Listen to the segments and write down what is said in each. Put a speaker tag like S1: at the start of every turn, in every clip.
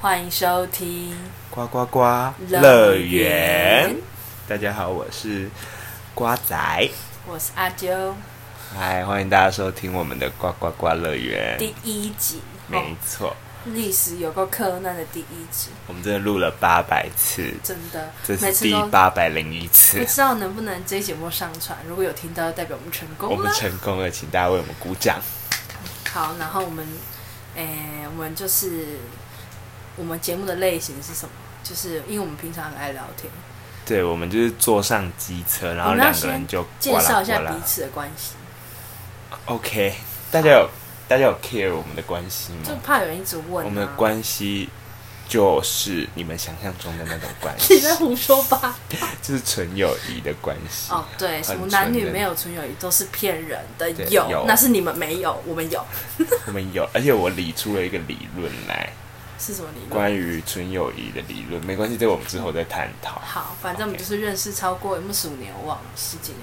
S1: 欢迎收听
S2: 呱呱呱
S1: 乐
S2: 乐园，大家好，我是瓜仔，
S1: 我是阿啾，
S2: 嗨，欢迎大家收听我们的呱呱呱乐园。
S1: 第一集，
S2: 哎
S1: 哦
S2: 没错，
S1: 历史有个柯南的第一集，
S2: 我们真的录了八百次，
S1: 真的
S2: 这，
S1: 每
S2: 是
S1: 次
S2: 第
S1: 都
S2: 八百零一
S1: 不
S2: 次，
S1: 知道能不能这一节目上传，如果有听到，代表我们成
S2: 我
S1: 功
S2: 们
S1: 了。
S2: 成功了，请大家为我们鼓掌。
S1: 好，然后我们，诶、我们就是我们节目的类型是什么？就是因为我们平常很爱聊天，
S2: 对，我们就是坐上机车，然
S1: 我
S2: 后
S1: 们要
S2: 两个人就呱
S1: 介绍
S2: 啦
S1: 一
S2: 呱
S1: 下彼
S2: 啦。
S1: 此的关系，
S2: OK，大家有大家有 care 我们的关系
S1: 就
S2: 吗？
S1: 怕有人一直问、啊。
S2: 嗯我们的关系就是你们想象中的那种 关
S1: 自己
S2: 系，
S1: 在胡说八
S2: 就是纯友谊的关系。
S1: 哦，对，什么男女没有纯友谊都是骗人的，
S2: 对
S1: 有
S2: 有
S1: 那是你们没有，我们有
S2: 我们有，而且我理出了一个理论来，
S1: 是什么理论？
S2: 关于纯友谊的理论。没关系，这个我们之后再探讨。
S1: 好，反正我们就是认识超过有没有十五年，我忘了十几年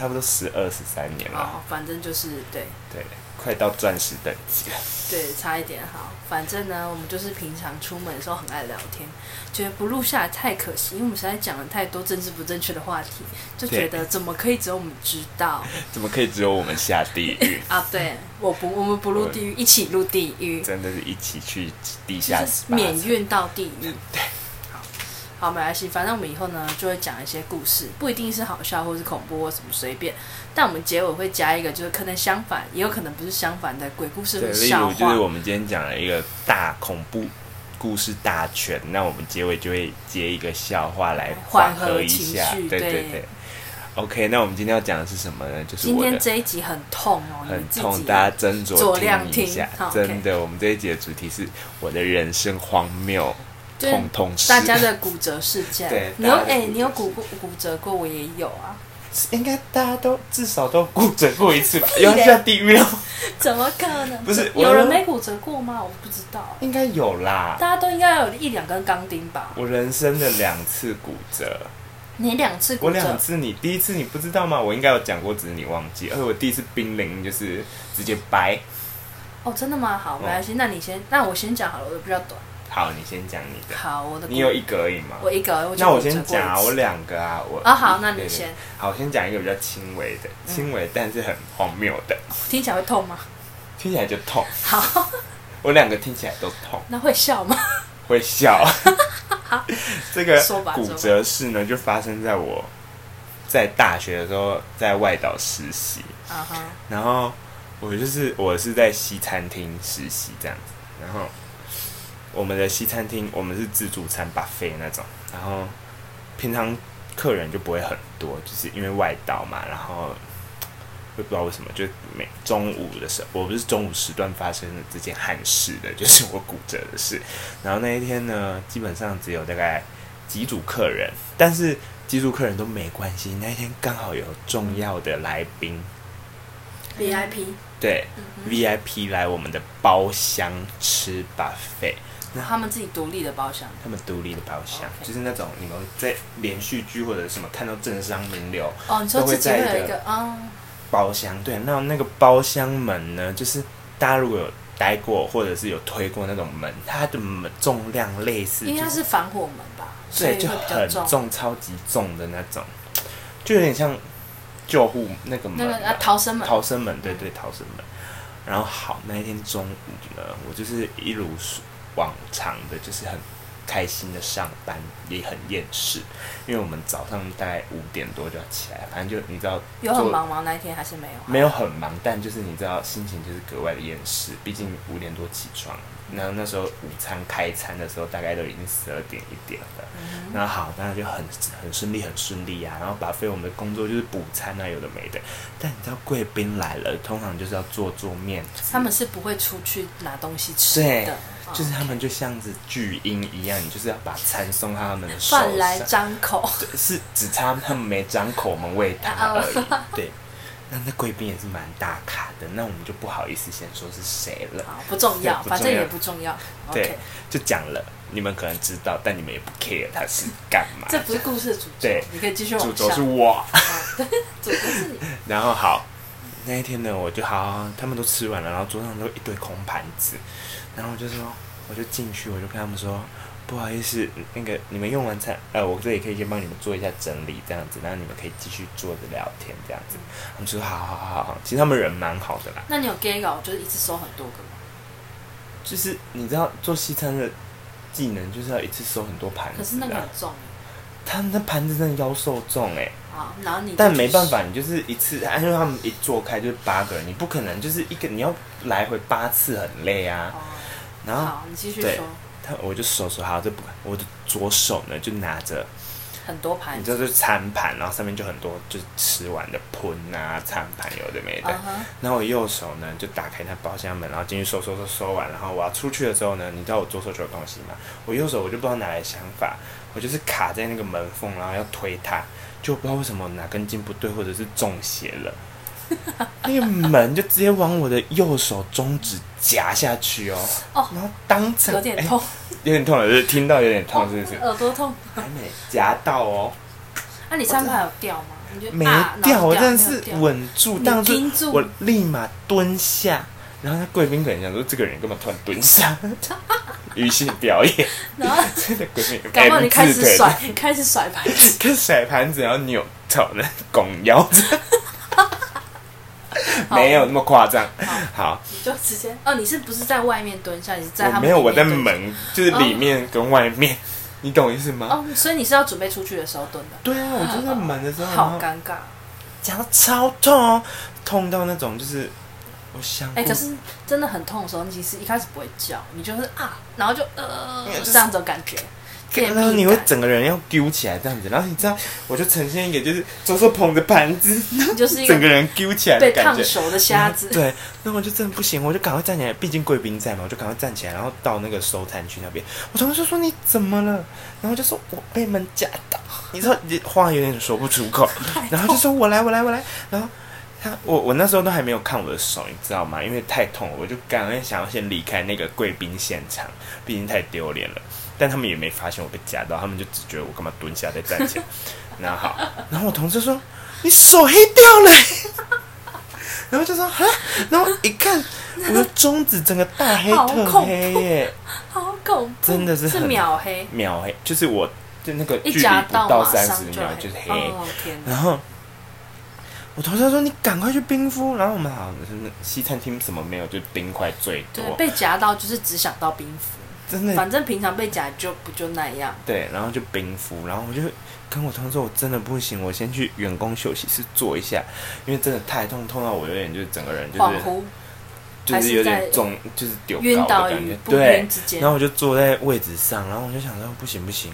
S2: 差不多十二十三年
S1: 哦
S2: 了，，
S1: 反正就是对
S2: 对，快到钻石等级了。
S1: 对，差一点好。反正呢，我们就是平常出门的时候很爱聊天，觉得不录下来太可惜，因为我们实在讲了太多政治不正确的话题，就觉得怎么可以只有我们知道
S2: 怎么可以只有我们下地 狱？
S1: 啊？对，我不，我们不入 地狱，一起入地狱。
S2: 真的是一起去地
S1: 就
S2: 下
S1: 是
S2: 室吧
S1: 免运到地狱。对，好，好，没关系，反正我们以后呢就会讲一些故事，不一定是好笑或是恐怖或什么随便，但我们结尾会加一个，就是可能相反，也有可能不是相反的鬼故事或
S2: 对，
S1: 者
S2: 例
S1: 笑
S2: 如就是
S1: 话。
S2: 我们今天讲了一个大恐怖故事大全，那我们结尾就会接一个笑话来
S1: 缓和
S2: 和一
S1: 情
S2: 下。
S1: 绪
S2: 对
S1: 对
S2: 对。OK，那我们今天要讲的是什么呢？就是
S1: 今
S2: 我的
S1: 天这一集很痛哦，你
S2: 很
S1: 们自
S2: 痛，
S1: 己
S2: 大家斟
S1: 酌
S2: 酌
S1: 量
S2: 听一下
S1: 听好。
S2: 真的，我们这一集的主题是我的人生荒谬
S1: 就是
S2: 痛痛事。
S1: 大家的骨折事件，
S2: 对
S1: 你有
S2: 大家的
S1: 哎、
S2: 骨折
S1: 你有
S2: 事
S1: 骨过骨折过，我也有啊，
S2: 应该大家都至少都骨折过一次吧？
S1: 屁嘞
S2: 有人下地狱了吗？
S1: 怎么可能？
S2: 不是我
S1: 有人没骨折过吗？我不知道，
S2: 应该有啦。
S1: 大家都应该有一两根钢钉吧？
S2: 我人生的两次骨折，
S1: 你两次骨
S2: 我
S1: 折，
S2: 两次你第一次你不知道吗？我应该有讲过，只是你忘记。而且我第一次濒临就是直接掰。
S1: 哦，真的吗？好，没关系，那你先，那我先讲好了，我的比较短。
S2: 好，你先讲你的。
S1: 好，我的
S2: 你有一个而已吗？
S1: 我一个，我就
S2: 那我
S1: 只
S2: 先
S1: 过一
S2: 讲啊，
S1: 次
S2: 我两个啊，我
S1: 啊好那你
S2: 对对
S1: 先
S2: 好，我先讲一个比较轻微的，
S1: 嗯
S2: 轻微但是很荒谬的，
S1: 听起来会痛吗？
S2: 听起来就痛。
S1: 好，
S2: 我两个听起来都痛，
S1: 那会笑 吗？
S2: 会笑。 这个
S1: 说吧
S2: 骨折事呢，就发生在我在大学的时候，在外岛实习，
S1: 啊哈，
S2: 然后我就是我是在西餐厅实习这样子，然后我们的西餐厅我们是自助餐 buffet 那种，然后平常客人就不会很多，就是因为外岛嘛，然后我也不知道为什么，就每中午的时候，我不是中午时段发生了这件憾事的，就是我骨折的事。然后那一天呢，基本上只有大概几组客人，但是几组客人都没关系，那一天刚好有重要的来宾。
S1: ，VIP，
S2: 对、VIP
S1: 嗯
S2: 来我们的包厢吃 buffet，
S1: 他们自己独立的包厢，
S2: 他们独立的包厢
S1: OK
S2: 就是那种你们在连续剧或者什么看到政商名流
S1: 哦，你说
S2: 都会
S1: 自己会
S2: 在一
S1: 有一
S2: 个
S1: 个，啊，
S2: 包厢，对，那那个包厢门呢，就是大家如果有待过或者是有推过那种门，它的门重量类似，
S1: 因为它
S2: 就是
S1: 防火门吧，所
S2: 对，
S1: 以
S2: 就
S1: 会比较
S2: 很重，超级重的那种，就有点像救护那个门
S1: 那
S2: 吧，
S1: 个啊，逃生门，
S2: 逃生门，对对，逃生门。然后好，那一天中午呢，我就是一如往常的，就是很开心的上班，也很厌世，因为我们早上大概五点多就要起来，反正就你知道，
S1: 有很
S2: 做
S1: 忙吗？那一天还是没有？
S2: 没有很忙，但就是你知道，心情就是格外的厌世，毕竟五点多起床，然后那时候午餐开餐的时候大概都已经十二点一点了。
S1: 嗯
S2: 那好，当然就很很顺利，很顺利啊。然后把费我们的工作就是补餐啊，有的没的。但你知道贵宾来了，通常就是要做做面子，
S1: 他们是不会出去拿东西吃
S2: 对
S1: 的，哦
S2: 就是他们就像是巨婴一样，你就是要把餐送到他们的手
S1: 饭来
S2: 上，
S1: 张口，
S2: 是只差他们没张口，我们喂他啊 而
S1: 哦
S2: 已。对，那那贵宾也是蛮大咖的，那我们就不好意思先说是谁了，
S1: 好，不重要，
S2: 对不重要
S1: 反正也不重要
S2: 对
S1: ，OK，，
S2: 就讲了。你们可能知道，但你们也不 care 他是干嘛。
S1: 这不是故事的主轴
S2: 对，
S1: 你可以继续往
S2: 主
S1: 下
S2: 轴，是我。
S1: 哦对主轴是你。
S2: 然后好，那一天呢，我就好，他们都吃完了，然后桌上都一堆空盘子，然后我就说，我就进去，我就跟他们说，不好意思，那个你们用完餐，呃，我这里可以先帮你们做一下整理，这样子，然后你们可以继续坐着聊天，这样子。他们就说好好好好，其实他们人蛮好的啦，
S1: 那你有 gay 稿就是一次收很多个吗？
S2: 就是你知道做西餐的技能就是要一次收很多盘
S1: 可是
S2: 子
S1: 那
S2: 的
S1: 个
S2: 啊、
S1: 很重
S2: 他们的盘子真的腰受重哎、
S1: 啊，然后你
S2: 但没办法，你就是一次，啊因为他们一坐开就是八个人，你不可能就是一个你要来回八次很累啊。
S1: 哦，
S2: 然后
S1: 好，你继续
S2: 对
S1: 说，
S2: 他我就手手好，这不管，我的左手呢就拿着，
S1: 很多盘
S2: 你
S1: 子
S2: 知道就是餐盘，然后上面就很多就是吃完的盆啊、餐盘有的没的。
S1: 啊哈，
S2: 然后我右手呢就打开那包厢门，然后进去收收收收完，然后我要出去的时候呢，你知道我左手就有东西吗？我右手我就不知道哪来的想法，我就是卡在那个门缝，然后要推它，就不知道为什么哪根筋不对，或者是中邪 了。那个门就直接往我的右手中指夹下去哦，
S1: 哦
S2: 然后当场
S1: 有点
S2: 哎
S1: 痛，哦
S2: 有点痛了，就是听到有点痛，是不是？
S1: 耳朵痛。
S2: 还没夹到哦，
S1: 那你三盘有掉吗？你就
S2: 没
S1: 啊然
S2: 掉，
S1: 后
S2: 我真的
S1: 没有
S2: 是
S1: 掉
S2: 稳住，
S1: 你
S2: 当
S1: 盯
S2: 时
S1: 住
S2: 我立马蹲下，然后那贵宾可能想说这个人干嘛突然 蹲下，于性表演，
S1: 然后
S2: 这个贵宾哎
S1: 搞不好你开
S2: M 字
S1: 始
S2: 腿
S1: 甩，你开始甩盘子，
S2: 跟哎甩盘子，然后扭头呢，拱腰 子，
S1: 好
S2: 没有那么夸张。好，
S1: 你就直接哦，你是不是在外面蹲下？你是在
S2: 我
S1: 他们
S2: 没有，我
S1: 里
S2: 在
S1: 面蹲下
S2: 门，就是里面跟外面，你懂我意思吗？
S1: 哦，所以你是要准备出去的时候蹲的，
S2: 对啊，我就在门的时候，然
S1: 好
S2: 后
S1: 尴尬。
S2: 夹到超痛哦，痛到那种就是我想
S1: 哎、
S2: 不
S1: 可是真的很痛的时候，你其实一开始不会叫，你就是啊，然后就呃
S2: 没有就是
S1: 这样种感觉，便
S2: 然后
S1: 秘
S2: 你会
S1: 感，
S2: 整个人要丢起来这样子，然后你知道，我就呈现一个就是左手捧着盘子，
S1: 你就是一
S2: 整个
S1: 个
S2: 人丢起来的
S1: 被
S2: 感
S1: 烫
S2: 觉。嗯
S1: 熟的虾子
S2: 然后。对，那我就真的不行，我就赶快站起来，毕竟贵宾在嘛，我就赶快站起来，然后到那个收餐区那边。我同事说你怎么了？然后就说我被门夹到，你知道你话有点说不出口，然后就说我来我来我来，然后他我我那时候都还没有看我的手，你知道吗？因为太痛了，我就赶快想要先离开那个贵宾现场，毕竟太丢脸了。但他们也没发现我被夹到，他们就只觉得我干嘛蹲下再站起来。 然后好，然后我同事说你手黑掉了、 然后就说哈，然后一看我的中指整个大黑
S1: 好
S2: 特
S1: 恐
S2: 黑耶，
S1: 好恐怖，
S2: 真的是
S1: 是
S2: 很
S1: 秒黑，
S2: 秒黑，就是我就那个
S1: 一
S2: 距离
S1: 夹
S2: 不
S1: 到
S2: 到
S1: 马
S2: 三
S1: 上
S2: 十
S1: 就
S2: 秒就是黑。
S1: 哦天哪，
S2: 然后我同事说：“你赶快去冰敷。”然后我们好像是那西餐厅什么没有，就冰块最多
S1: 对，，被夹到就是只想到冰敷，
S2: 真的
S1: 反正平常被夹就不就那样。
S2: 对。然后就冰敷，然后我就跟我同事说：“我真的不行，我先去员工休息室坐一下，因为真的太痛，痛到我有点就是整个人就
S1: 恍
S2: 是
S1: 惚
S2: 就
S1: 还
S2: 是
S1: 是
S2: 有点
S1: 在
S2: 重，就是丢
S1: 晕
S2: 高
S1: 倒
S2: 的感觉
S1: 于，不
S2: 对
S1: 晕。之”间
S2: 然，后我就坐在位置上，然后我就想说：“不行不行，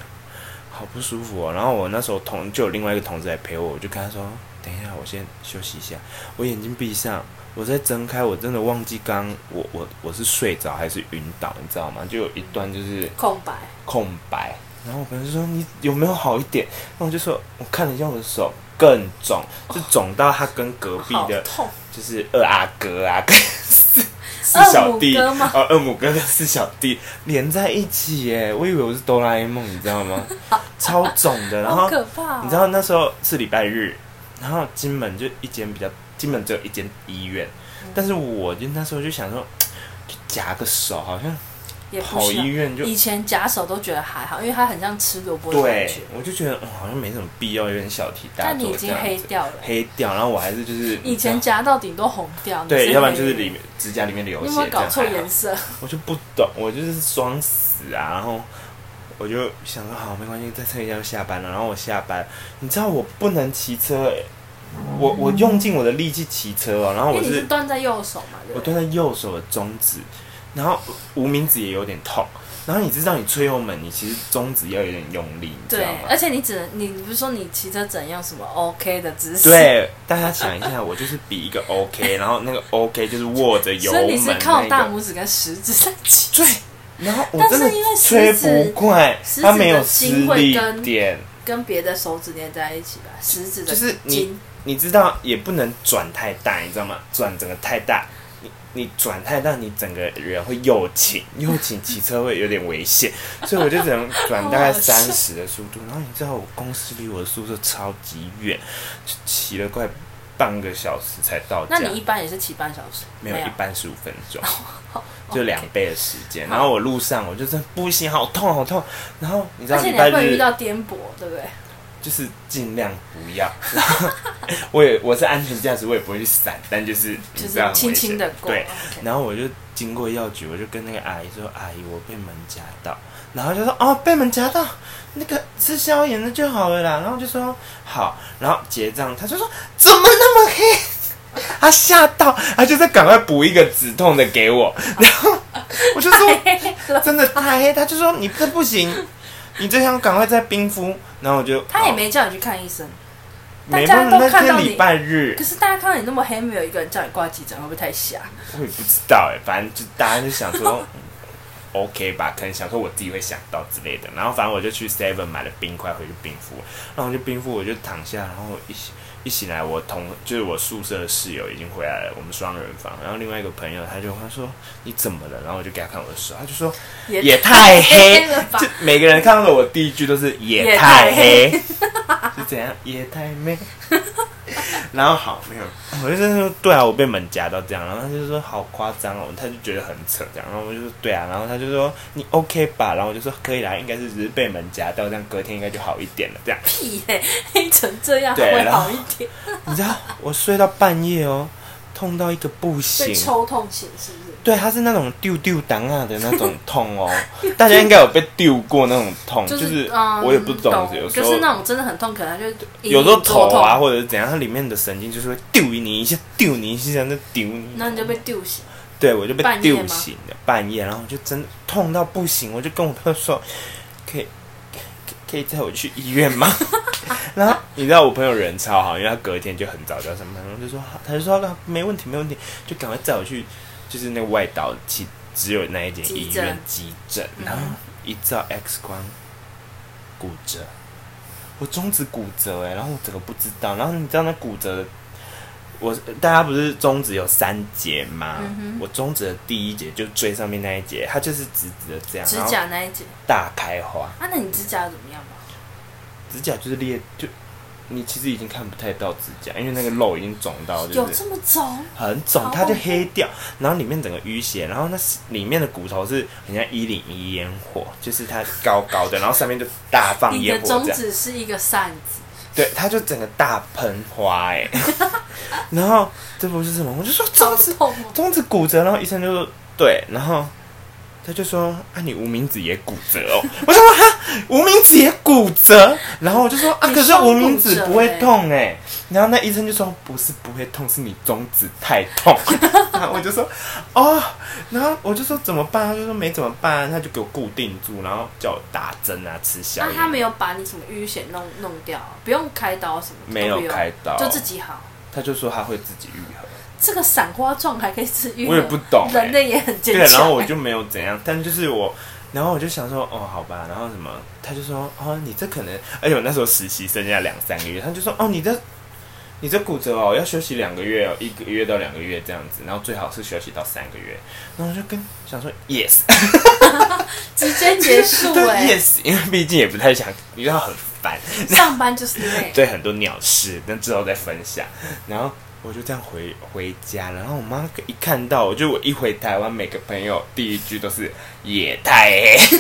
S2: 好不舒服哦。”然后我那时候同就有另外一个同事来陪我，我就跟他说：“等一下，我先休息一下。”我眼睛闭上，我再睁开，我真的忘记刚我我我是睡着还是晕倒，你知道吗？就有一段就是
S1: 空白，
S2: 空白。然后我朋友就说：“你有没有好一点？”然后我就说：“我看了一下我的手更肿，就肿到他跟隔壁
S1: 好
S2: 的，
S1: 痛。
S2: 就是二阿哥啊， 跟四四
S1: 二
S2: 小
S1: 五
S2: 弟
S1: 哥吗
S2: 哦，二母哥跟四小弟连在一起耶！我以为我是哆啦 A 梦，你知 道吗？超肿的。然
S1: 好
S2: 后
S1: 可怕、哦！
S2: 你知道那时候是礼拜日，然后金门就一间比较，金门只有一间医院，
S1: 嗯
S2: 但是我就那时候就想说，就夹个手，好像
S1: 也不
S2: 跑
S1: 是啊
S2: 医院就
S1: 以前夹手都觉得还好，因为它很像吃萝卜的感
S2: 对
S1: 觉。，
S2: 我就觉得、嗯好像没什么必要，有点小题大
S1: 但你
S2: 做
S1: 已
S2: 这
S1: 经
S2: 样
S1: 黑
S2: 子，
S1: 掉了，
S2: 黑掉，然后我还是就是
S1: 以前夹到顶多红掉。你
S2: 对，
S1: 黑
S2: 要不然就是里面指甲里面流
S1: 你有
S2: 血，
S1: 没有
S2: 这
S1: 搞
S2: 样
S1: 错
S2: 还好
S1: 颜色？
S2: 我就不懂，我就是装死啊，然后我就想说好，没关系，再撑一下就下班了。然后我下班，你知道我不能骑车、欸，我我用尽我的力气骑车哦、然后
S1: 因
S2: 我
S1: 为你
S2: 是
S1: 是端在右手嘛，对
S2: 我
S1: 不对？
S2: 蹲在右手的中指，然后无名指也有点痛。然后你知道，你吹油门，你其实中指要有点用力，你知道
S1: 对，
S2: 吗
S1: 而？且你只能，你不是说你骑车只能用什么 OK 的姿势？，
S2: 对，大家想一下，我就是比一个 OK，然后那个 OK 就是握着
S1: 所
S2: 油门、那
S1: 以
S2: 个，
S1: 你是靠大拇指跟食指在骑。
S2: 对，然后我
S1: 但
S2: 真
S1: 是
S2: 的
S1: 因为食
S2: 吹不
S1: 指
S2: 快
S1: 食，指
S2: 它没有
S1: 的
S2: 施
S1: 筋会
S2: 力
S1: 跟
S2: 点，
S1: 跟别的手指连在一起吧，食指的
S2: 就是你
S1: 筋
S2: 你知道也不能转太大，你知道吗？转整个太大，你你转太大，你整个人会右 倾，右倾骑车会有点危险，所以我就只能转大概
S1: 好好笑
S2: 三十的速度。然后你知道我公司离我的宿舍超级远，就骑了快半个小时才到家
S1: 那，你一般也是骑半小时？
S2: 没有一般十五分 钟，
S1: OK
S2: 就两倍的时间。
S1: 好
S2: 然后我路上我就真的不行，好痛好痛。然后你知道
S1: 而且
S2: 礼
S1: 你
S2: 拜
S1: 还会遇
S2: 日
S1: 到颠簸，对不对？
S2: 就是尽量不要。 然后我也我是安全驾驶，我也不会去闪，但就是你
S1: 就
S2: 知
S1: 是
S2: 道很
S1: 轻
S2: 危
S1: 轻
S2: 险
S1: 的过。
S2: 对，
S1: OK
S2: 然后我就经过药局，我就跟那个阿姨说：“阿姨，我被门夹到。”然后就说：“哦，被门夹到，那个吃消炎的就好了啦。”然后就说：“好。”然后结账，他就说：“怎么那么黑？”他吓到，他就在赶快补一个止痛的给我。然后我就说：“真的太黑。”他就说：“你这不行，你这样赶快再冰敷。”然后我就
S1: 他也
S2: 哦
S1: 没叫你去看医生，
S2: 没
S1: 大家
S2: 办
S1: 都
S2: 法那
S1: 看到
S2: 天
S1: 你
S2: 礼拜日
S1: 可，是大家看到你那么黑，没有一个人叫你挂急诊，会不会太瞎？
S2: 我也不知道哎、反正就大家就想说 OK 吧，可能想说我自己会想到之类的。然后反正我就去 Seven 买了冰块回去冰敷，然后我就冰敷，我就躺下，然后一醒一醒来，我同就是我宿舍的室友已经回来了，我们双人房。然后另外一个朋友他就他说你怎么了？然后我就给他看我的手，他就说
S1: 也
S2: 也太黑
S1: 黑了吧
S2: 就每个人看到我第一句都是
S1: 也
S2: 也
S1: 太
S2: 太黑， 是怎样？也太美。 然后好没有，我就说对啊，我被门夹到这样，然后他就说好夸张哦，他就觉得很扯这样，然后我就说对啊，然后他就说你 OK 吧，然后我就说可以啦，应该是只是被门夹到，这样隔天应该就好一点了这 样。
S1: 屁嘞、 黑成这样还
S2: 对
S1: 会
S2: 然后
S1: 好一点？
S2: 你知道我睡到半夜哦，痛到一个不行
S1: 被，抽痛醒是不是？、
S2: 对，它是那种丢丢档啊的那种痛哦，大家应该有被丢过那种痛， 哦就是
S1: 嗯，
S2: 我也不懂，有时
S1: 就
S2: 候
S1: 是那种真的很痛，可能就是
S2: 有时候头啊
S1: 一定做痛，
S2: 或者是怎样，它里面的神经就是会丢你一下，丢你一下，那丢你。
S1: 那你就被丢醒。
S2: 对我就被
S1: 半夜吗
S2: 丢醒了，半夜，然后我就真的痛到不行，我就跟我朋友说，可以可以可以载我去医院 吗？然后你知道我朋友人超好，因为他隔天就很早就要上班，然后就说好，他就说啊没问题没问题，就赶快载我去，就是那个外岛其只有那一间医院急诊，然后一照 X 光骨折，我中指骨折哎、然后我整个不知道，然后你知道那骨折的我大家不是中指有三节吗？
S1: 嗯哼
S2: 我中指的第一节就最上面那一节，它就是直直的这样，
S1: 指
S2: 然后
S1: 甲那一节
S2: 大开花，
S1: 啊，那你指甲怎么样嘛？
S2: 指甲就是裂，就你其实已经看不太到指甲，因为那个肉已经肿到就
S1: 有
S2: 是
S1: 这么肿？
S2: 很肿
S1: 好，
S2: 它就
S1: 恐怖
S2: 黑掉，然后里面整个淤血，然后那是里面的骨头是很像一零一烟火，就是它高高的，然后上面就大放
S1: 你
S2: 烟
S1: 的
S2: 火
S1: 中
S2: 这样。
S1: 指是一个扇子，
S2: 对，他就整个大喷花 哎、然后这不是什么，我就说中指
S1: 好痛哦！
S2: 中指骨折，然后医生就说对，然后他就说啊你无名指也骨折 哦，我说哈无名指也骨折，然后我就说啊
S1: 你
S2: 可是
S1: 双
S2: 无名
S1: 骨
S2: 指
S1: 折
S2: 不会
S1: 欸
S2: 痛哎、然后那医生就说不是不会痛，是你中指太痛， 然后我就说哦，然后我就说怎么办，他就说没怎么办，他就给我固定住，然后叫我打针啊吃消
S1: 那
S2: 炎，
S1: 他没有把你什么淤血弄弄掉啊，不用开刀什么的，
S2: 没
S1: 都
S2: 有
S1: 不用
S2: 开刀
S1: 就自己好。
S2: 他就说他会自己愈合。
S1: 这个散花状还可以治愈，
S2: 我也不懂欸
S1: 人类也很坚
S2: 对，
S1: 强。欸
S2: 然后我就没有怎样，但就是我，然后我就想说，哦，好吧，然后什么，他就说，哦，你这可能，而且我那时候实习剩下两三个月，他就说，哦，你这，你这骨折哦，要休息两个月哦，一个月到两个月这样子，然后最好是休息到三个月，然后我就跟想说，yes，
S1: 直接结束
S2: 对
S1: 哎、
S2: yes，因为毕竟也不太想，因为很烦，
S1: 上班就是累。
S2: 对很多鸟事，那之后再分享。然后我就这样回回家，然后我妈一看到我，就我一回台湾，每个朋友第一句都是也太 黑，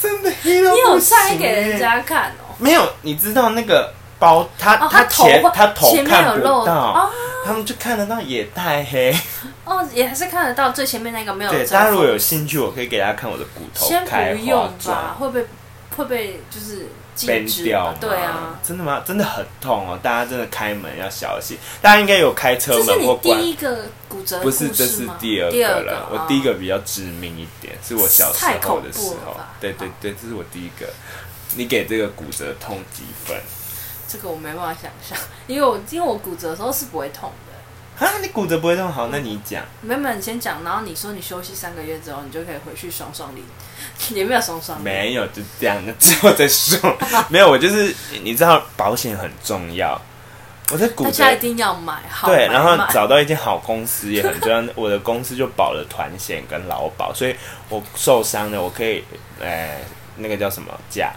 S2: 真的黑到
S1: 你有
S2: 不行
S1: 晒给人
S2: 欸？
S1: 家看哦、
S2: 没有，你知道那个包，他、
S1: 哦，
S2: 他
S1: 头
S2: 前
S1: 会
S2: 他头
S1: 前面
S2: 看
S1: 有
S2: 不
S1: 露
S2: 到，
S1: 哦
S2: 他们就看得到也太黑。
S1: 哦，也还是看得到最前面那个没有遮
S2: 对，
S1: 风。
S2: 大家如果有兴趣，我可以给大家看我的骨头
S1: 先
S2: 开
S1: 不
S2: 花
S1: 用吧
S2: 状，。
S1: 会被会被就是禁
S2: 崩
S1: 止
S2: 掉
S1: 吧
S2: 吗？
S1: 对啊，
S2: 真的吗？真的很痛哦，大家真的开门要小心，大家应该有开车
S1: 这是
S2: 门
S1: 你
S2: 或
S1: 第
S2: 关。
S1: 一个骨折的
S2: 不是，
S1: 故
S2: 这
S1: 事
S2: 是
S1: 吗
S2: 第二
S1: 第
S2: 个
S1: 二
S2: 了。
S1: 哦
S2: 我第一个比较致命一点，是我小时
S1: 太
S2: 候
S1: 恐
S2: 的时
S1: 怖了
S2: 候
S1: 吧。
S2: 对对对，这是我第一个。你给这个骨折痛几分？
S1: 这个我没办法想象，因为我因为我骨折的时候是不会痛的。
S2: 啊，你骨折不会痛，好，那你讲。
S1: 没有没有，你先讲，然后你说你休息三个月之后，你就可以回去爽爽淋， 也没有爽爽淋，
S2: 没有，就这样，那之后再说。 没有，我就是你知道保险很重要。我在骨
S1: 大
S2: 折
S1: 家一定要买，好
S2: 对，
S1: 买
S2: 然后
S1: 买
S2: 找到一间好公司也很重要。我的公司就保了团险跟劳保，所以我受伤了，我可以，呃，那个叫什么假？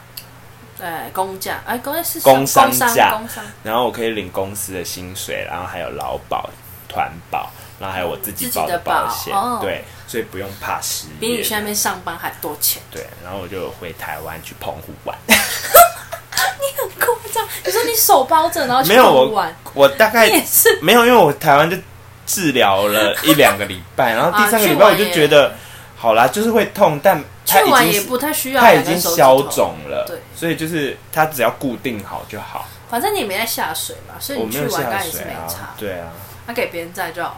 S1: 哎，工价，哎，工是
S2: 工
S1: 工
S2: 商价
S1: 工商
S2: 然后我可以领公司的薪水，然后还有劳保、团保，然后还有我自己报保险，
S1: 自己的保哦
S2: 对，所以不用怕失
S1: 比你
S2: 业
S1: 去。那边上班还多钱，
S2: 对，然后我就回台湾去澎湖玩。
S1: 很夸张。你说你手包着，然后去
S2: 没有
S1: 澎湖
S2: 我哎
S1: 玩，，
S2: 我大概
S1: 你也是
S2: 没有，因为我台湾就治疗了一两个礼拜，然后第三个礼拜
S1: 啊
S2: 我
S1: 去玩
S2: 就
S1: 也
S2: 觉得，好啦，就是会痛，但它
S1: 去玩
S2: 已
S1: 也
S2: 经
S1: 不太需要
S2: 它
S1: 啊两
S2: 已
S1: 根
S2: 经
S1: 手指
S2: 消
S1: 头，
S2: 肿了
S1: 对，
S2: 所以就是它只要固定好就好。
S1: 反正你也没在下水嘛，所以
S2: 我
S1: 你
S2: 没
S1: 去
S2: 有
S1: 玩当
S2: 下
S1: 然也是
S2: 水
S1: 没
S2: 啊
S1: 差，，
S2: 对啊，
S1: 那、给别人在就好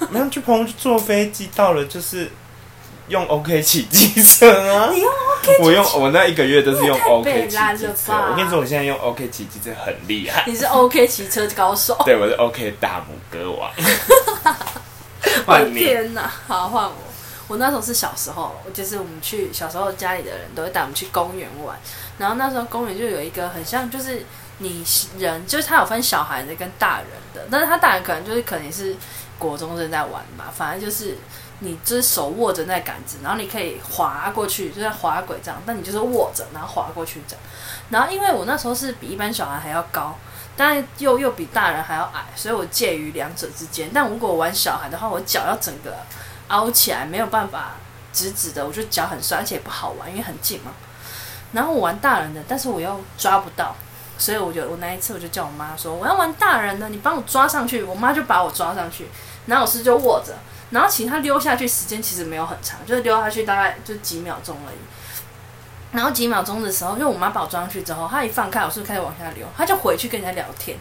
S1: 了。
S2: 没有去澎湖坐飞机到了就是用 OK 起机绳啊。
S1: 你用 OK，
S2: 我用我那一个月都是用
S1: 你也太
S2: OK
S1: 北
S2: 起
S1: 烂
S2: 机
S1: 了
S2: 车，
S1: 吧
S2: 我跟你说，我现在用 OK 起机车很厉害。
S1: 你是 OK 骑车高手。
S2: 对，我是 OK 大拇 哥王。
S1: 我
S2: 换
S1: 的
S2: 你，
S1: 天哪！好，换我。我那时候是小时候，就是我们去小时候家里的人都会带我们去公园玩，然后那时候公园就有一个很像就是你人，就是它有分小孩的跟大人的，但是他大人可能就是可能也是国中生在玩吧，反正就是你就是手握着那杆子，然后你可以滑过去，就像滑轨这样，但你就是握着然后滑过去这样。然后因为我那时候是比一般小孩还要高，但又又比大人还要矮，所以我介于两者之间。但如果我玩小孩的话，我脚要整个凹起来，没有办法直直的，我就脚很酸，而且也不好玩，因为很近嘛。然后我玩大人的，但是我又抓不到，所以我就我那一次我就叫我妈说我要玩大人的，你帮我抓上去。我妈就把我抓上去，然后老师就握着，然后其实他溜下去时间其实没有很长，就是溜下去大概就几秒钟而已。然后几秒钟的时候，因为我妈把我抓上去之后，她一放开，我是不是开始往下溜？她就回去跟人家聊天，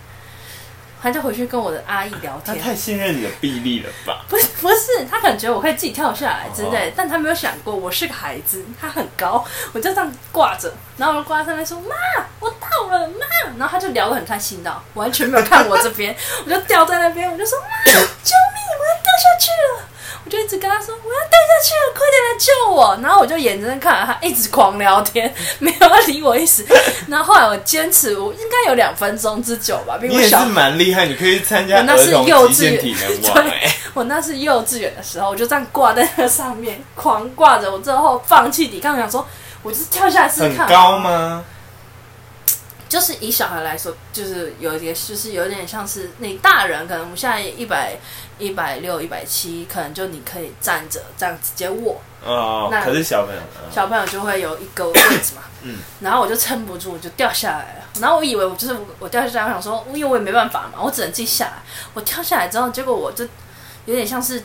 S1: 她就回去跟我的阿姨聊
S2: 他
S1: 天。
S2: 太信任你的臂力了吧？
S1: 不是不是，他可能觉得我可以自己跳下来之类
S2: 哦
S1: 的，但他没有想过我是个孩子，他很高，我就这样挂着，然后我就挂在上面说妈，我到了妈，然后他就聊得很开心的，完全没有看我这 边，我就掉在那边，我就说妈，救命，我要掉下去了。我就一直跟他说我要掉下去了，快点来救我！然后我就眼睁睁看着他一直狂聊天，没有要理我意思。然后后来我坚持，我应该有两分钟之久吧，比
S2: 你
S1: 我
S2: 也是
S1: 小
S2: 蛮厉害，你可以参加
S1: 我那
S2: 儿
S1: 是
S2: 童
S1: 幼
S2: 极
S1: 稚
S2: 限
S1: 园
S2: 体 能网哎、
S1: 我那是幼稚园的时候，我就这样挂在那上面，狂挂着。我之后放弃抵抗，想说，我就是跳下来试试
S2: 很
S1: 看。
S2: 高？吗？
S1: 就是以小孩来说，就是有一点，就是有点像是你大人，可能我们现在一百、一百六、一百七，可能就你可以站着这样直接握，
S2: 哦，
S1: 那
S2: 可是小朋友，嗯
S1: 小朋友就会有一个位置嘛。嗯。然后我就撑不住，我就掉下来了。然后我以为我就是我我掉下来，我想说，因为我也没办法嘛，我只能自己下来。我跳下来之后，结果我就有点像是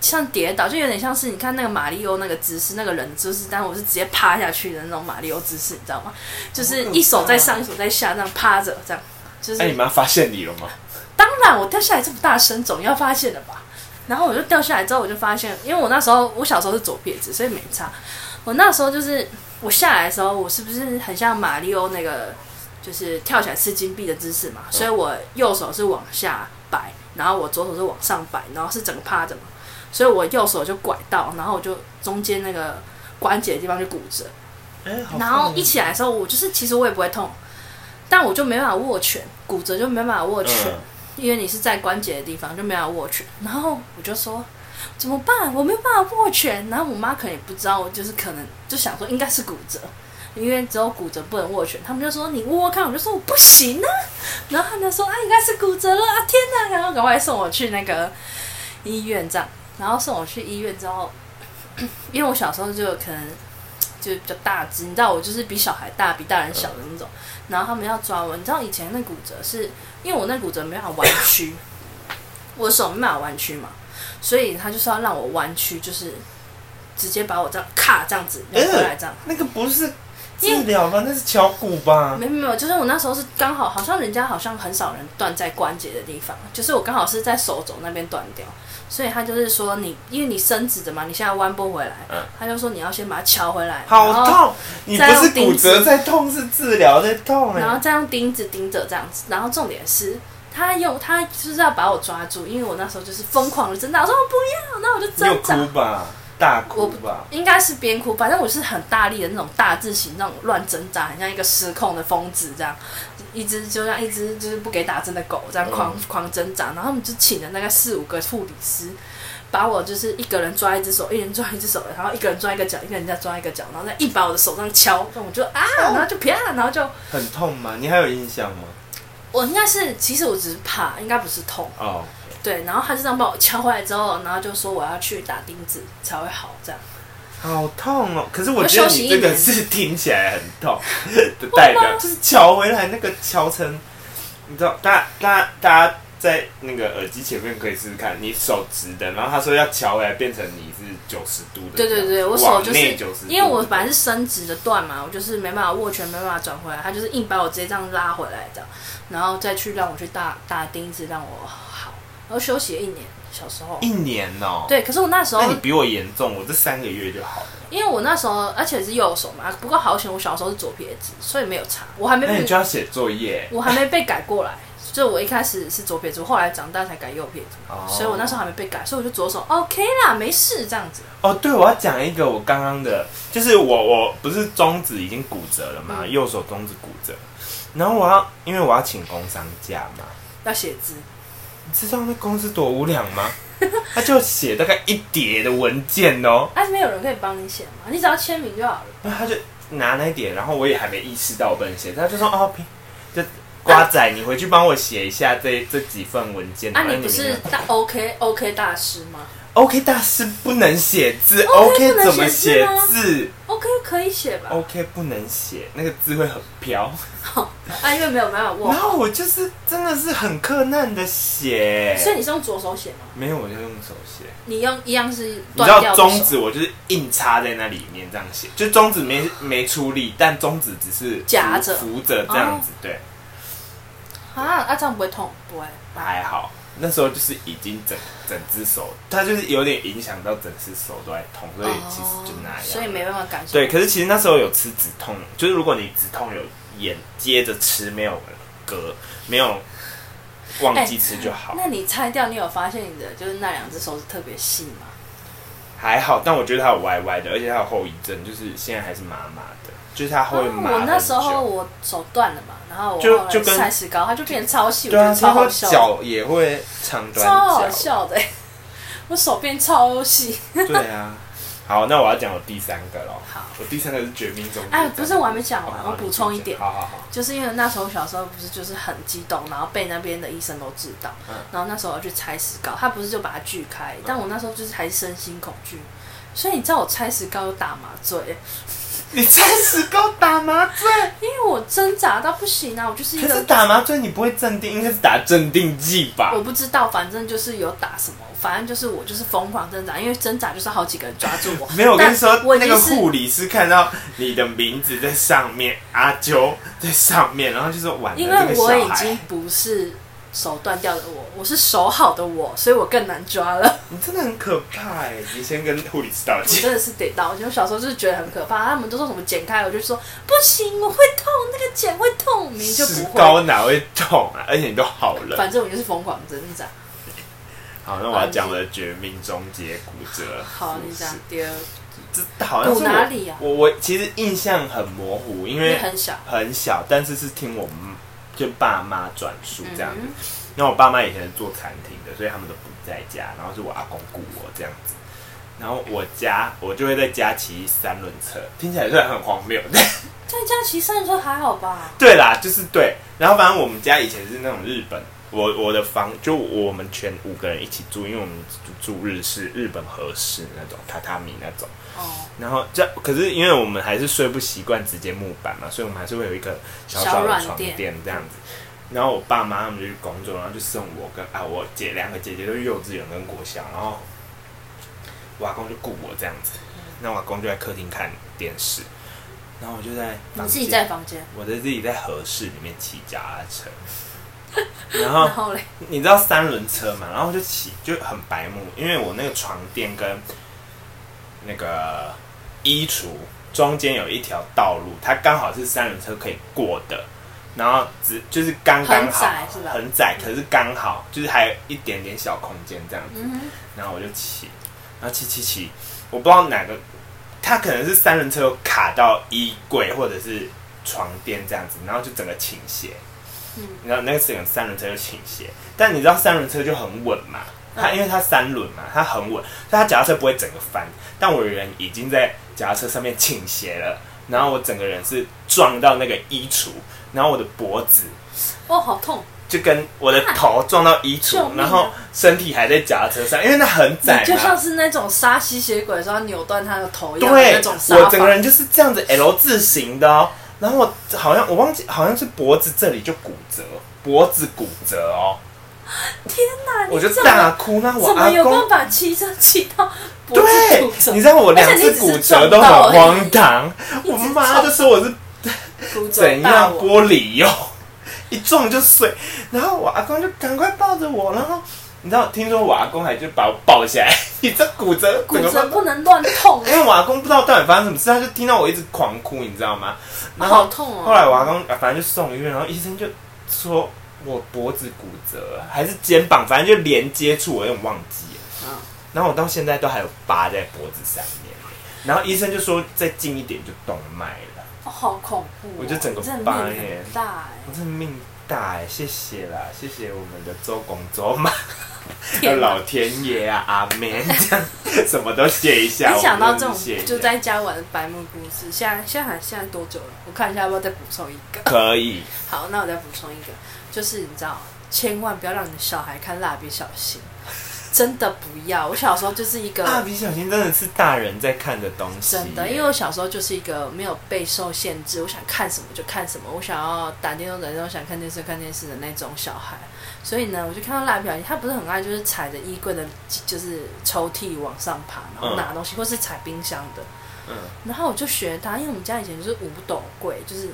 S1: 像跌倒，就有点像是你看那个马里奥那个姿势，那个人的姿势，但我是直接趴下去的那种马里奥姿势，你知道吗？就是一手在上，一手在下，这样趴着，这样。就是、
S2: 哎、你妈发现你了吗？
S1: 当然，我掉下来这么大声，总要发现的吧。然后我就掉下来之后，我就发现，因为我那时候我小时候是左撇子，所以没差。我那时候就是我下来的时候，我是不是很像马里奥那个就是跳起来吃金币的姿势嘛？所以我右手是往下摆，然后我左手是往上摆，然后是整个趴着嘛。所以我右手就拐到，然后我就中间那个关节的地方就骨折。
S2: 哎、好
S1: 然后
S2: 酷
S1: 一起来的时候，我就是其实我也不会痛，但我就没办法握拳，骨折就没办法握拳。
S2: 嗯
S1: 因为你是在关节的地方就没有握拳，然后我就说怎么办？我没有办法握拳。然后我妈可能也不知道，就是可能就想说应该是骨折，因为只有骨折不能握拳。他们就说你握握看，我就说我不行啊。然后他们就说啊，应该是骨折了啊！天哪！然后赶快送我去那个医院这样，然后送我去医院之后， 因为我小时候就可能就比较大只，你知道我就是比小孩大，比大人小的那种。然后他们要抓我，你知道以前那骨折是因为我那骨折没办法弯曲，我的手没办法弯曲嘛，所以他就是要让我弯曲，就是直接把我这样卡这样子扭回来这样。
S2: 那个不是治疗吧？那是敲骨吧？
S1: 没有没有，就是我那时候是刚好，好像人家好像很少人断在关节的地方，就是我刚好是在手肘那边断掉，所以他就是说你，因为你伸直的嘛，你现在弯不回来，
S2: 嗯
S1: 他就说你要先把它敲回来，然
S2: 好
S1: 后
S2: 痛！你不
S1: 再用
S2: 是骨
S1: 钉子
S2: 折在痛，是治疗在痛哎、
S1: 然后再用钉子钉着这样子。然后重点是，他用他就是要把我抓住，因为我那时候就是疯狂的挣扎，我说我不要，那我就
S2: 你有
S1: 挣扎。
S2: 哭吧？大
S1: 我
S2: 哭吧？
S1: 应该是边哭，反正我是很大力的那种大字型那种乱挣扎，很像一个失控的疯子这样，一只就像一只就是不给打针的狗这样狂、狂挣扎，然后他们就请了大概四五个护理师把我就是一个人抓一只手，一人抓一只手，然后一个人抓一个脚，一个人再抓一个脚，然后再硬把我的手上敲，那我就啊，然后就啪，然后就
S2: 很痛吗？你还有印象吗？
S1: 我应该是，其实我只是怕，应该不是痛。
S2: 哦，
S1: 对，然后他就这样把我敲坏之后，然后就说我要去打钉子才会好，这样。
S2: 好痛哦！可是我
S1: 要
S2: 觉得
S1: 休息
S2: 你
S1: 一
S2: 这个
S1: 年
S2: 是听起来很 痛的代表，就是瞧回来那个瞧成，你知道，大大大家在那个耳机前面可以试试看，你手直的，然后他说要瞧回来变成你是九十度的这
S1: 对
S2: 样，
S1: 对对，我手
S2: 往
S1: 就是
S2: 内90度
S1: 因为我本来是伸直的断嘛，我就是没办法握拳，没办法转回来，他就是硬把我直接这样拉回来这样，然后再去让我去打打钉子让我好，然后休息了一年，小时候
S2: 一。年哦、，
S1: 对，可是我那时候
S2: 那你比我严重，我这三个月就好了。
S1: 因为我那时候，而且是右手嘛，不过好险，我小时候是左撇子，所以没有差。我还没
S2: 那你
S1: 被
S2: 就要写作业
S1: 我还没被改过来，就我一开始是左撇子，我后来长大才改右撇子，
S2: 哦。
S1: 所以我那时候还没被改，所以我就左手 OK 啦，没事这样子。
S2: 哦，对，我要讲一个我刚刚的，就是我我不是中指已经骨折了嘛，
S1: 嗯
S2: 右手中指骨折，然后我要因为我要请工伤假嘛，
S1: 要写字，
S2: 你知道那公司多无良 吗？他就写大概一叠的文件哦，
S1: 但哎是没有人可以帮你写嘛，你只要签名就好了。
S2: 然后他就拿那一叠，然后我也还没意识到我不能写，他就说哦，平就瓜仔，你回去帮我写一下这这几份文件。
S1: 啊，
S2: 然后
S1: 你不
S2: 明
S1: 是
S2: 天
S1: 大 OK OK 大师吗
S2: OK 大师不能写字
S1: OK 哦不能
S2: 怎么
S1: 写字
S2: 写
S1: 吗
S2: 字
S1: ？OK 可以写吧？
S2: ？OK 不能写，那个字会很飘。
S1: 啊，因为没有办法握
S2: 然，后我就是真的是很困难的写，
S1: 所以你是用左手写吗？
S2: 没有我就用手写。
S1: 你用一样是
S2: 你知
S1: 断
S2: 道
S1: 掉
S2: 中
S1: 的手，
S2: 指我就是硬插在那里面这样写，就中指没没出力，但中指只是
S1: 夹着哦
S2: 扶着这样子，对，
S1: 啊啊，这样不会痛，不会。
S2: 还好。那时候就是已经整整只手，它就是有点影响到整只手都在痛，所以其实就那样。
S1: 哦所以没办法感受。
S2: 对，可是其实那时候有吃止痛，就是如果你止痛有眼接着吃，没有隔，没有忘
S1: 哎
S2: 记吃就好。
S1: 那你拆掉，你有发现你的就是那两只手指特别细吗？
S2: 还好，但我觉得它有歪歪的，而且它有后遗症，就是现在还是麻麻的，就是它会麻、
S1: 啊我那时候我手断了嘛，然后我
S2: 就
S1: 后来
S2: 就跟
S1: 塞石膏，它就变超细，我
S2: 对
S1: 觉
S2: 啊，
S1: 得超
S2: 他
S1: 好
S2: 说
S1: 笑的，
S2: 脚也会长短
S1: 超好
S2: 脚。
S1: 笑的欸。 我手变超细，
S2: 对啊，好，那我要讲我第三个喽。
S1: 好，
S2: 我第三个是绝命终结者。
S1: 哎不是我还没讲完
S2: 哦好
S1: 我补充一点
S2: 你先讲好好好，
S1: 就是因为那时候小时候不是就是很激动，然后被那边的医生都知道，
S2: 嗯
S1: 然后那时候我去拆石膏，他不是就把它锯开，但我那时候就是还是身心恐惧，所以你知道我拆石膏有打麻醉欸，
S2: 你在石膏打麻醉，
S1: 因为我挣扎到不行啊，我就是一
S2: 可是
S1: 个
S2: 打麻醉你不会镇定，应该是打镇定剂吧。
S1: 我？不知道，反正就是有打什么，反正就是我就是疯狂挣扎，因为挣扎就是好几个人抓住我
S2: 没有，我跟你说
S1: 但，我已
S2: 那
S1: 经
S2: 个
S1: 是
S2: 护理师看到你的名字在上面，阿啾在上面，然后就说完了，
S1: 因
S2: 这
S1: 为
S2: 个
S1: 我
S2: 小
S1: 已
S2: 孩
S1: 经不是手断掉的我，我是手好的我，所以我更难抓了。
S2: 你真的很可怕哎！你先跟护理师道
S1: 我
S2: 歉。
S1: 真的是得到，因为我小时候就是觉得很可怕，他们都说什么剪开，我就说不行，我会痛，那个剪会痛，明明就
S2: 石
S1: 不会。
S2: 膏哪会痛啊？而且你都好了。
S1: 反正我就是疯狂挣扎。
S2: 好，那我要讲我的绝命终结骨折。
S1: 好，你讲第二，
S2: 这好像是
S1: 骨哪里啊
S2: 我我我其实印象很模糊，因
S1: 因为
S2: 为
S1: 很小，
S2: 很小，但是是听我们就爸妈转述这样子。
S1: 嗯
S2: 那我爸妈以前是做餐厅的，所以他们都不在家，然后是我阿公雇我这样子。然后我家我就会在家骑三轮车，听起来虽然很荒谬，但
S1: 在家骑三轮车还好吧？
S2: 对啦，就是对。然后反正我们家以前是那种日本，我我的房就我们全五个人一起住，因为我们住住日式日本和式那种榻榻米那种。
S1: 哦，
S2: 然后这可是因为我们还是睡不习惯直接木板嘛，所以我们还是会有一个小
S1: 小
S2: 小的
S1: 软
S2: 床
S1: 垫
S2: 垫这样子。然后我爸妈他们就去工作，然后就送我跟啊我姐两个姐姐都是幼稚园跟国小，然后我阿公就雇我这样子，那我阿公就在客厅看电视，然后我就在
S1: 你
S2: 房
S1: 自己
S2: 间
S1: 在房间，
S2: 我在自己在和室里面骑脚踏车，然后
S1: 然后嘞，
S2: 你知道三轮车嘛，然后我就骑就很白目，因为我那个床垫跟那个衣橱中间有一条道路，它刚好是三轮车可以过的，然后只就是刚刚
S1: 很
S2: 好
S1: 窄是吧
S2: 很窄，可是刚好就是还有一点点小空间这样子，
S1: 嗯哼。
S2: 然后我就骑，然后骑骑骑，我不知道哪个，它可能是三轮车有卡到衣柜或者是床垫这样子，然后就整个倾斜。
S1: 嗯
S2: 嗯，然后那个整个三轮车就倾斜，但你知道三轮车就很稳嘛，它
S1: 嗯
S2: 因为它三轮嘛，它很稳，所以它脚踏车不会整个翻。但我人已经在脚踏车上面倾斜了，然后我整个人是撞到那个衣橱，然后我的脖子
S1: 哦，好痛！
S2: 就跟我的头撞到衣橱，
S1: 救命啊
S2: 然后身体还在脚踏车上，因为那很
S1: 你
S2: 窄
S1: 就像
S2: 嘛。
S1: 是那种杀吸血鬼的时候扭断他的头一样的
S2: 对
S1: 那种，杀
S2: 我整个
S1: 法。
S2: 人就是这样子 L 字形的哦。然后我好像我忘记，好像是脖子这里就骨折，脖子骨折哦，
S1: 天哪！
S2: 我
S1: 啊
S2: 就
S1: 你怎么
S2: 大哭。那我
S1: 怎
S2: 阿
S1: 么有
S2: 公
S1: 办法骑车骑到脖子骨
S2: 对，
S1: 折？
S2: 你知道我两
S1: 而且你
S2: 次
S1: 只
S2: 骨
S1: 是
S2: 折
S1: 撞
S2: 都
S1: 到而
S2: 很
S1: 已
S2: 荒唐，我
S1: 只是
S2: 妈就说我是
S1: 骨折
S2: 怎
S1: 大
S2: 样
S1: 我
S2: 玻璃 哟、一撞就碎。然后我阿公就赶快抱着我，然后你知道，听说我阿公还就把我抱起来， 你这骨折，
S1: 骨
S2: 整个
S1: 折
S2: 翻
S1: 不能乱痛，
S2: 因为我阿哎公不知道到底发生什么事，他就听到我一直狂哭，你知道吗？然后
S1: 好痛哦。
S2: 后来我阿公啊反正就送医院，然后医生就说我脖子骨折了还是肩膀，反正就连接处，我有点忘记了。
S1: 嗯
S2: 然后我到现在都还有疤在脖子上面，然后医生就说再近一点就动脉了。
S1: 哦好恐怖哦！
S2: 我就整个
S1: 真的
S2: 掰
S1: 面
S2: 耶
S1: 很大
S2: 我真的命大哎、谢谢啦，谢谢我们的周公周妈，
S1: 哎。
S2: 还有
S1: 天哪
S2: 老天爷啊，阿妹这样什么都谢一下。
S1: 你想
S2: 我
S1: 到
S2: 们
S1: 这
S2: 真的
S1: 种
S2: 是谢一下
S1: 就在家玩的白目故事，现在现在现在多久了？我看一下要不要再补充一个。
S2: 可以，
S1: 好，那我再补充一个，就是你知道，千万不要让你小孩看蜡笔小新，真的不要。我小时候就是一个
S2: 蜡笔小新真的是大人在看的东西耶，
S1: 真的，因为我小时候就是一个没有备受限制，我想看什么就看什么，我想要打电动打电动，想看电视看电视的那种小孩。所以呢，我就看到蜡笔小新，他不是很爱就是踩着衣柜的，就是抽屉往上爬，然后拿东西，或是踩冰箱的。
S2: 嗯
S1: 然后我就学他，因为我们家以前就是五斗柜，就是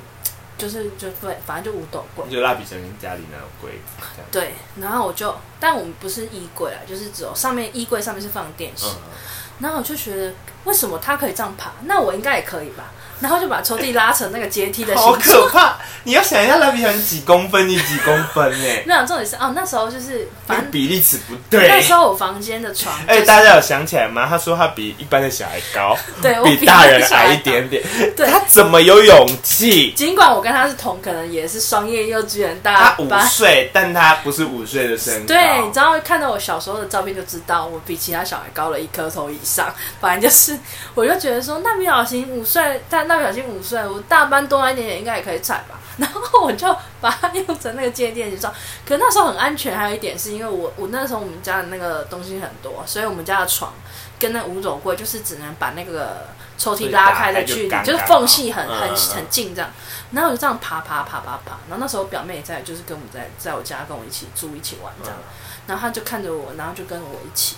S1: 就是就对，反正就五斗柜。
S2: 就蜡笔小新家里那种柜子这样。
S1: 对，然后我就，但我们不是衣柜啊，就是只有上面衣柜上面是放电视，
S2: 嗯，
S1: 然后我就觉得，为什么他可以这样爬？那我应该也可以吧？然后就把抽屉拉成那个阶梯的
S2: 好
S1: 形状。
S2: 可怕！你要想一下蜡笔小新几公分，你几公分呢、
S1: 没有，重点是哦，那时候就是
S2: 那
S1: 反
S2: 个
S1: 正
S2: 比例尺不 对。
S1: 那时候我房间的床、就
S2: 哎、
S1: 是，
S2: 大家有想起来吗？他说他比一般的小孩高，
S1: 对我
S2: 比
S1: 比
S2: 大
S1: 那个
S2: 人
S1: 小
S2: 矮
S1: 孩
S2: 一点点。
S1: 对
S2: 他怎么有勇气？
S1: 尽管我跟他是同，可能也是双叶幼稚园大
S2: 他五
S1: 班。
S2: 岁，但他不是五岁的身高。
S1: 啊对，你知道看到我小时候的照片就知道，我比其他小孩高了一颗头以上。反正就是， 我就觉得说，蜡笔小新五岁，但蜡笔小新五岁，我大班多一点点应该也可以踩吧。然后我就把它用成那个接电形状。可那时候很安全，还有一点是因为我我那时候我们家的那个东西很多，所以我们家的床跟那五斗柜就是只能把那个抽屉拉开的距
S2: 所以打
S1: 离，
S2: 开就
S1: 就是缝隙很
S2: 刚
S1: 很
S2: 刚好嗯
S1: 很近这样。然后我就这样爬爬爬爬爬，然后那时候表妹也在，就是跟我们在在我家跟我一起住一起玩这样。
S2: 嗯
S1: 然后他就看着我，然后就跟我一起，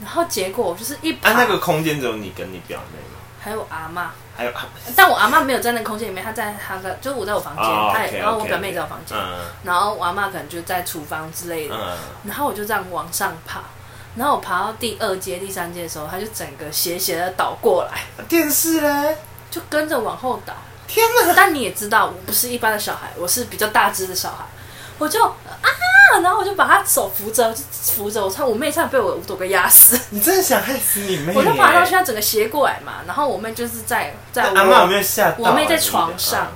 S1: 然后结果我就是一爬，
S2: 啊，那个空间只有你跟你表妹吗？
S1: 还有我阿妈，
S2: 还有啊，
S1: 但我阿妈没有在那个空间里面，她在她的，就是我在我房间，
S2: 哦
S1: 她也
S2: OK，
S1: 然后我
S2: OK，
S1: 表妹也在我房间，
S2: 嗯
S1: 然后我阿妈可能就在厨房之类的，
S2: 嗯，
S1: 然后我就这样往上爬，然后我爬到第二阶、第三阶的时候，她就整个斜斜的倒过来，
S2: 电视嘞，
S1: 就跟着往后倒。
S2: 天哪！
S1: 但你也知道，我不是一般的小孩，我是比较大只的小孩，我就啊，然后我就把她手扶着，我就扶着，我差我妹差点被我五斗给压死。
S2: 你真的想害死你妹、欸？
S1: 我就爬上去，她整个斜过来嘛，然后我妹就是在在
S2: 那阿妈有没
S1: 我，
S2: 有吓到啊？
S1: 我妹在
S2: 你
S1: 床上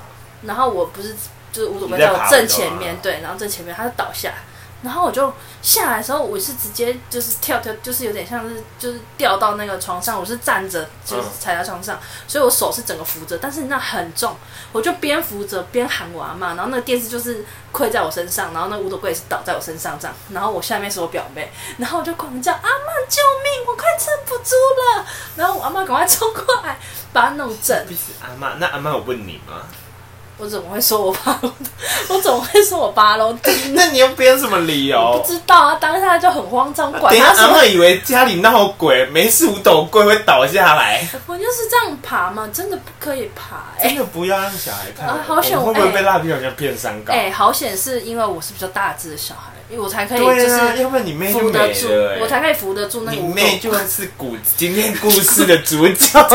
S1: 然后我不是就是吴总
S2: 你
S1: 妹
S2: 在
S1: 在我
S2: 爬
S1: 正
S2: 我懂
S1: 前
S2: 啊
S1: 面，对，然后正前面她就倒下来，然后我就下来的时候，我是直接就是跳跳，就是有点像是就是掉到那个床上，我是站着就是
S2: 嗯
S1: 踩到床上，所以我手是整个扶着，但是那很重，我就边扶着边喊我阿妈，然后那个电视就是跪在我身上，然后那个五斗柜也是倒在我身上这样，然后我下面是我表妹， 然后我就狂叫阿妈救命，我快撑不住了，然后我阿妈赶快冲过来把她弄正
S2: 嗯。必死阿妈，那阿妈有问你吗？
S1: 我怎么会说我八楼？我怎么会说我八楼？
S2: 那你又编什么理
S1: 我
S2: 由
S1: 不？知道啊，当下就很慌张，管
S2: 等一下
S1: 他，什
S2: 阿
S1: 么
S2: 妈，以为家里闹鬼，没事五斗柜会倒下来。
S1: 我就是这样爬嘛，真的不可以爬哎、
S2: 真的不要让小孩看，
S1: 啊好险
S2: 我们会不
S1: 哎
S2: 会被蜡笔小新骗伤感？
S1: 哎、好险是因为我是比较大只的小孩，因为我才可以就
S2: 对啊，
S1: 是
S2: 要不然你妹就
S1: 扶
S2: 没
S1: 得住，
S2: 了、
S1: 我
S2: 哎
S1: 才可以扶得住那
S2: 你
S1: 个五
S2: 妹
S1: 斗。
S2: 就是故今天故事的主 角。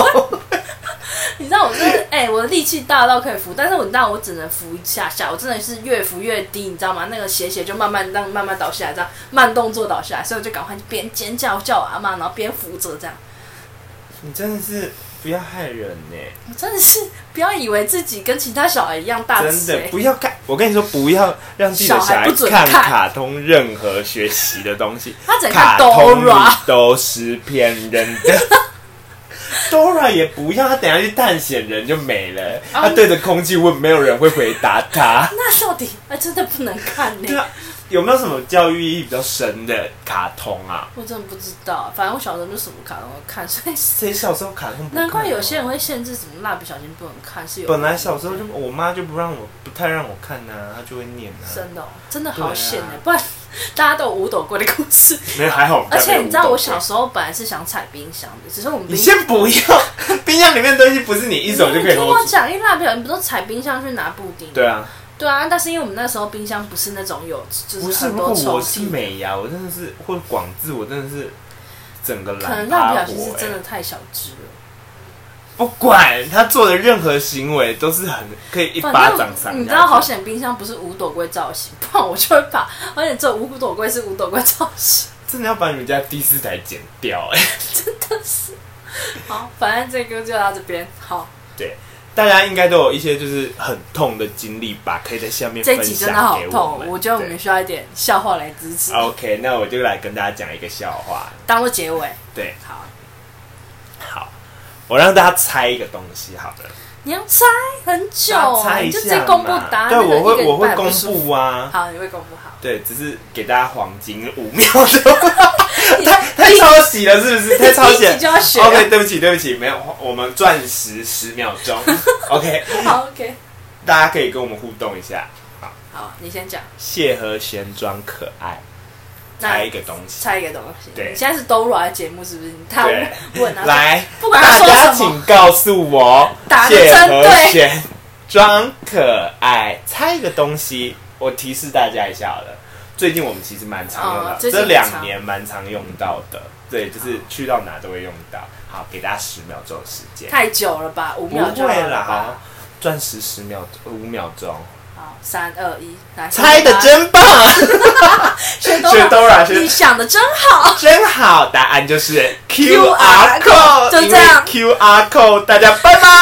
S1: 你知道我真的哎、我的力气大到可以扶，但是我你知道我只能扶一下下，我真的是越扶越低，你知道吗？那个斜斜就慢慢让慢慢倒下来，这样慢动作倒下来，所以我就赶快边尖叫叫我阿妈，然后边扶着这样。
S2: 你真的是不要害人呢、
S1: 我真的是不要以为自己跟其他小孩一样大只、
S2: 真的
S1: 欸，
S2: 不要看。我跟你说，不要让自己的
S1: 小孩
S2: 小孩
S1: 不准
S2: 看
S1: 看
S2: 卡通任何学习的东西，
S1: 他整 看
S2: 卡通里
S1: Dora，
S2: 都是骗人的。Dora 也不要，他等下去探险人就没了。
S1: 啊。
S2: 他对着空气问，没有人会回答他
S1: 那到底哎、真的不能看呢、
S2: 对啊，有没有什么教育意义比较深的卡通啊？
S1: 我真的不知道，反正我小时候就什么卡通都看，所以
S2: 谁小时候卡通不看啊
S1: 难怪有些人会限制什么蜡笔小新不能看，是有
S2: 本来小时候就我妈就不让我，不太让我看呐、她就会念呐、啊。
S1: 真的哦、真的好险呢、
S2: 对啊
S1: 不然大家都有五斗柜的故 事。
S2: 没有还好，
S1: 而且你知道，我小时候本来是想踩冰箱的，只是我们
S2: 你
S1: 冰
S2: 先 不要，冰箱里面的东西不是你一手就可以
S1: 你听
S2: 摸
S1: 我
S2: 住。
S1: 讲，因为蜡笔小新不都踩冰箱去拿布丁？
S2: 对啊，
S1: 对啊，但是因为我们那时候冰箱不是那种有就
S2: 不是，
S1: 很
S2: 如
S1: 多
S2: 果
S1: 抽
S2: 我是
S1: 屉，
S2: 美牙，我真的是或者广智，我真的是整个
S1: 可能
S2: 懒
S1: 蜡笔
S2: 趴
S1: 小新是
S2: 火、
S1: 真
S2: 欸
S1: 的。太小只了。
S2: 不管他做的任何行为都是很可以一巴
S1: 反
S2: 掌赏下
S1: 正
S2: 去。
S1: 你知道，好险冰箱不是五朵龟造型， 不然我就会把，而且这五朵龟是五朵龟造型，
S2: 真的要把你们家第四台剪掉 哎、
S1: 好，反正这个就到这边，好，
S2: 对，大家应该都有一些就是很痛的经历吧，可以在下面
S1: 这
S2: 分
S1: 一集真的
S2: 享
S1: 好
S2: 给
S1: 痛，
S2: 们。
S1: 我觉得我
S2: 对
S1: 们需要一点笑话来支持，
S2: OK，那我就来跟大家讲一个笑话。
S1: 当做结尾。
S2: 对，
S1: 好，
S2: 好，我让大家猜一个东西好了，
S1: 你要猜很久
S2: 大家
S1: 啊，
S2: 猜一
S1: 你就直
S2: 下
S1: 接
S2: 嘛。
S1: 公布答案，
S2: 对，
S1: 那个
S2: 我
S1: 一个
S2: 会
S1: 礼
S2: 我会
S1: 拜不
S2: 公
S1: 舒服
S2: 布啊。
S1: 好，你会公布好。
S2: 对，只是给大家黄金五秒 钟，
S1: 你
S2: 太太抄袭了，是不是？太抄袭
S1: 你一集就要学啊
S2: OK，对不起，对不起，没有，我们钻石十秒 钟。OK，
S1: 好，OK，
S2: 大家可以跟我们互动一下。
S1: 好，你先讲。
S2: 谢和弦装可爱，
S1: 那
S2: 猜一个东西。
S1: 猜一个东西。
S2: 对
S1: 你现在是 Dora 的节目是不是？你他
S2: 对
S1: 问啊，
S2: 来，
S1: 不管他
S2: 大
S1: 说
S2: 家
S1: 什么，
S2: 请告诉我，
S1: 答得
S2: 谢
S1: 真
S2: 和
S1: 对
S2: 弦装可爱，猜一个东西，我提示大家一下好了。最近我们其实蛮常用到，
S1: 哦最近
S2: 这
S1: 很
S2: 两
S1: 常
S2: 年蛮常用到的，对，就是去到哪都会用到。好，给大家十秒钟的时间，
S1: 太久了吧？五
S2: 不
S1: 秒就
S2: 会
S1: 好
S2: 啦，好
S1: 吧？，
S2: 钻石十秒五秒钟，
S1: 好，三二一，来，
S2: 猜的真棒，
S1: 学
S2: 学 Dora，
S1: 你
S2: 学
S1: 想的真好。
S2: 真好，答案就是
S1: QR
S2: QR code，
S1: 就这样
S2: 因为 QR code，大家拜拜。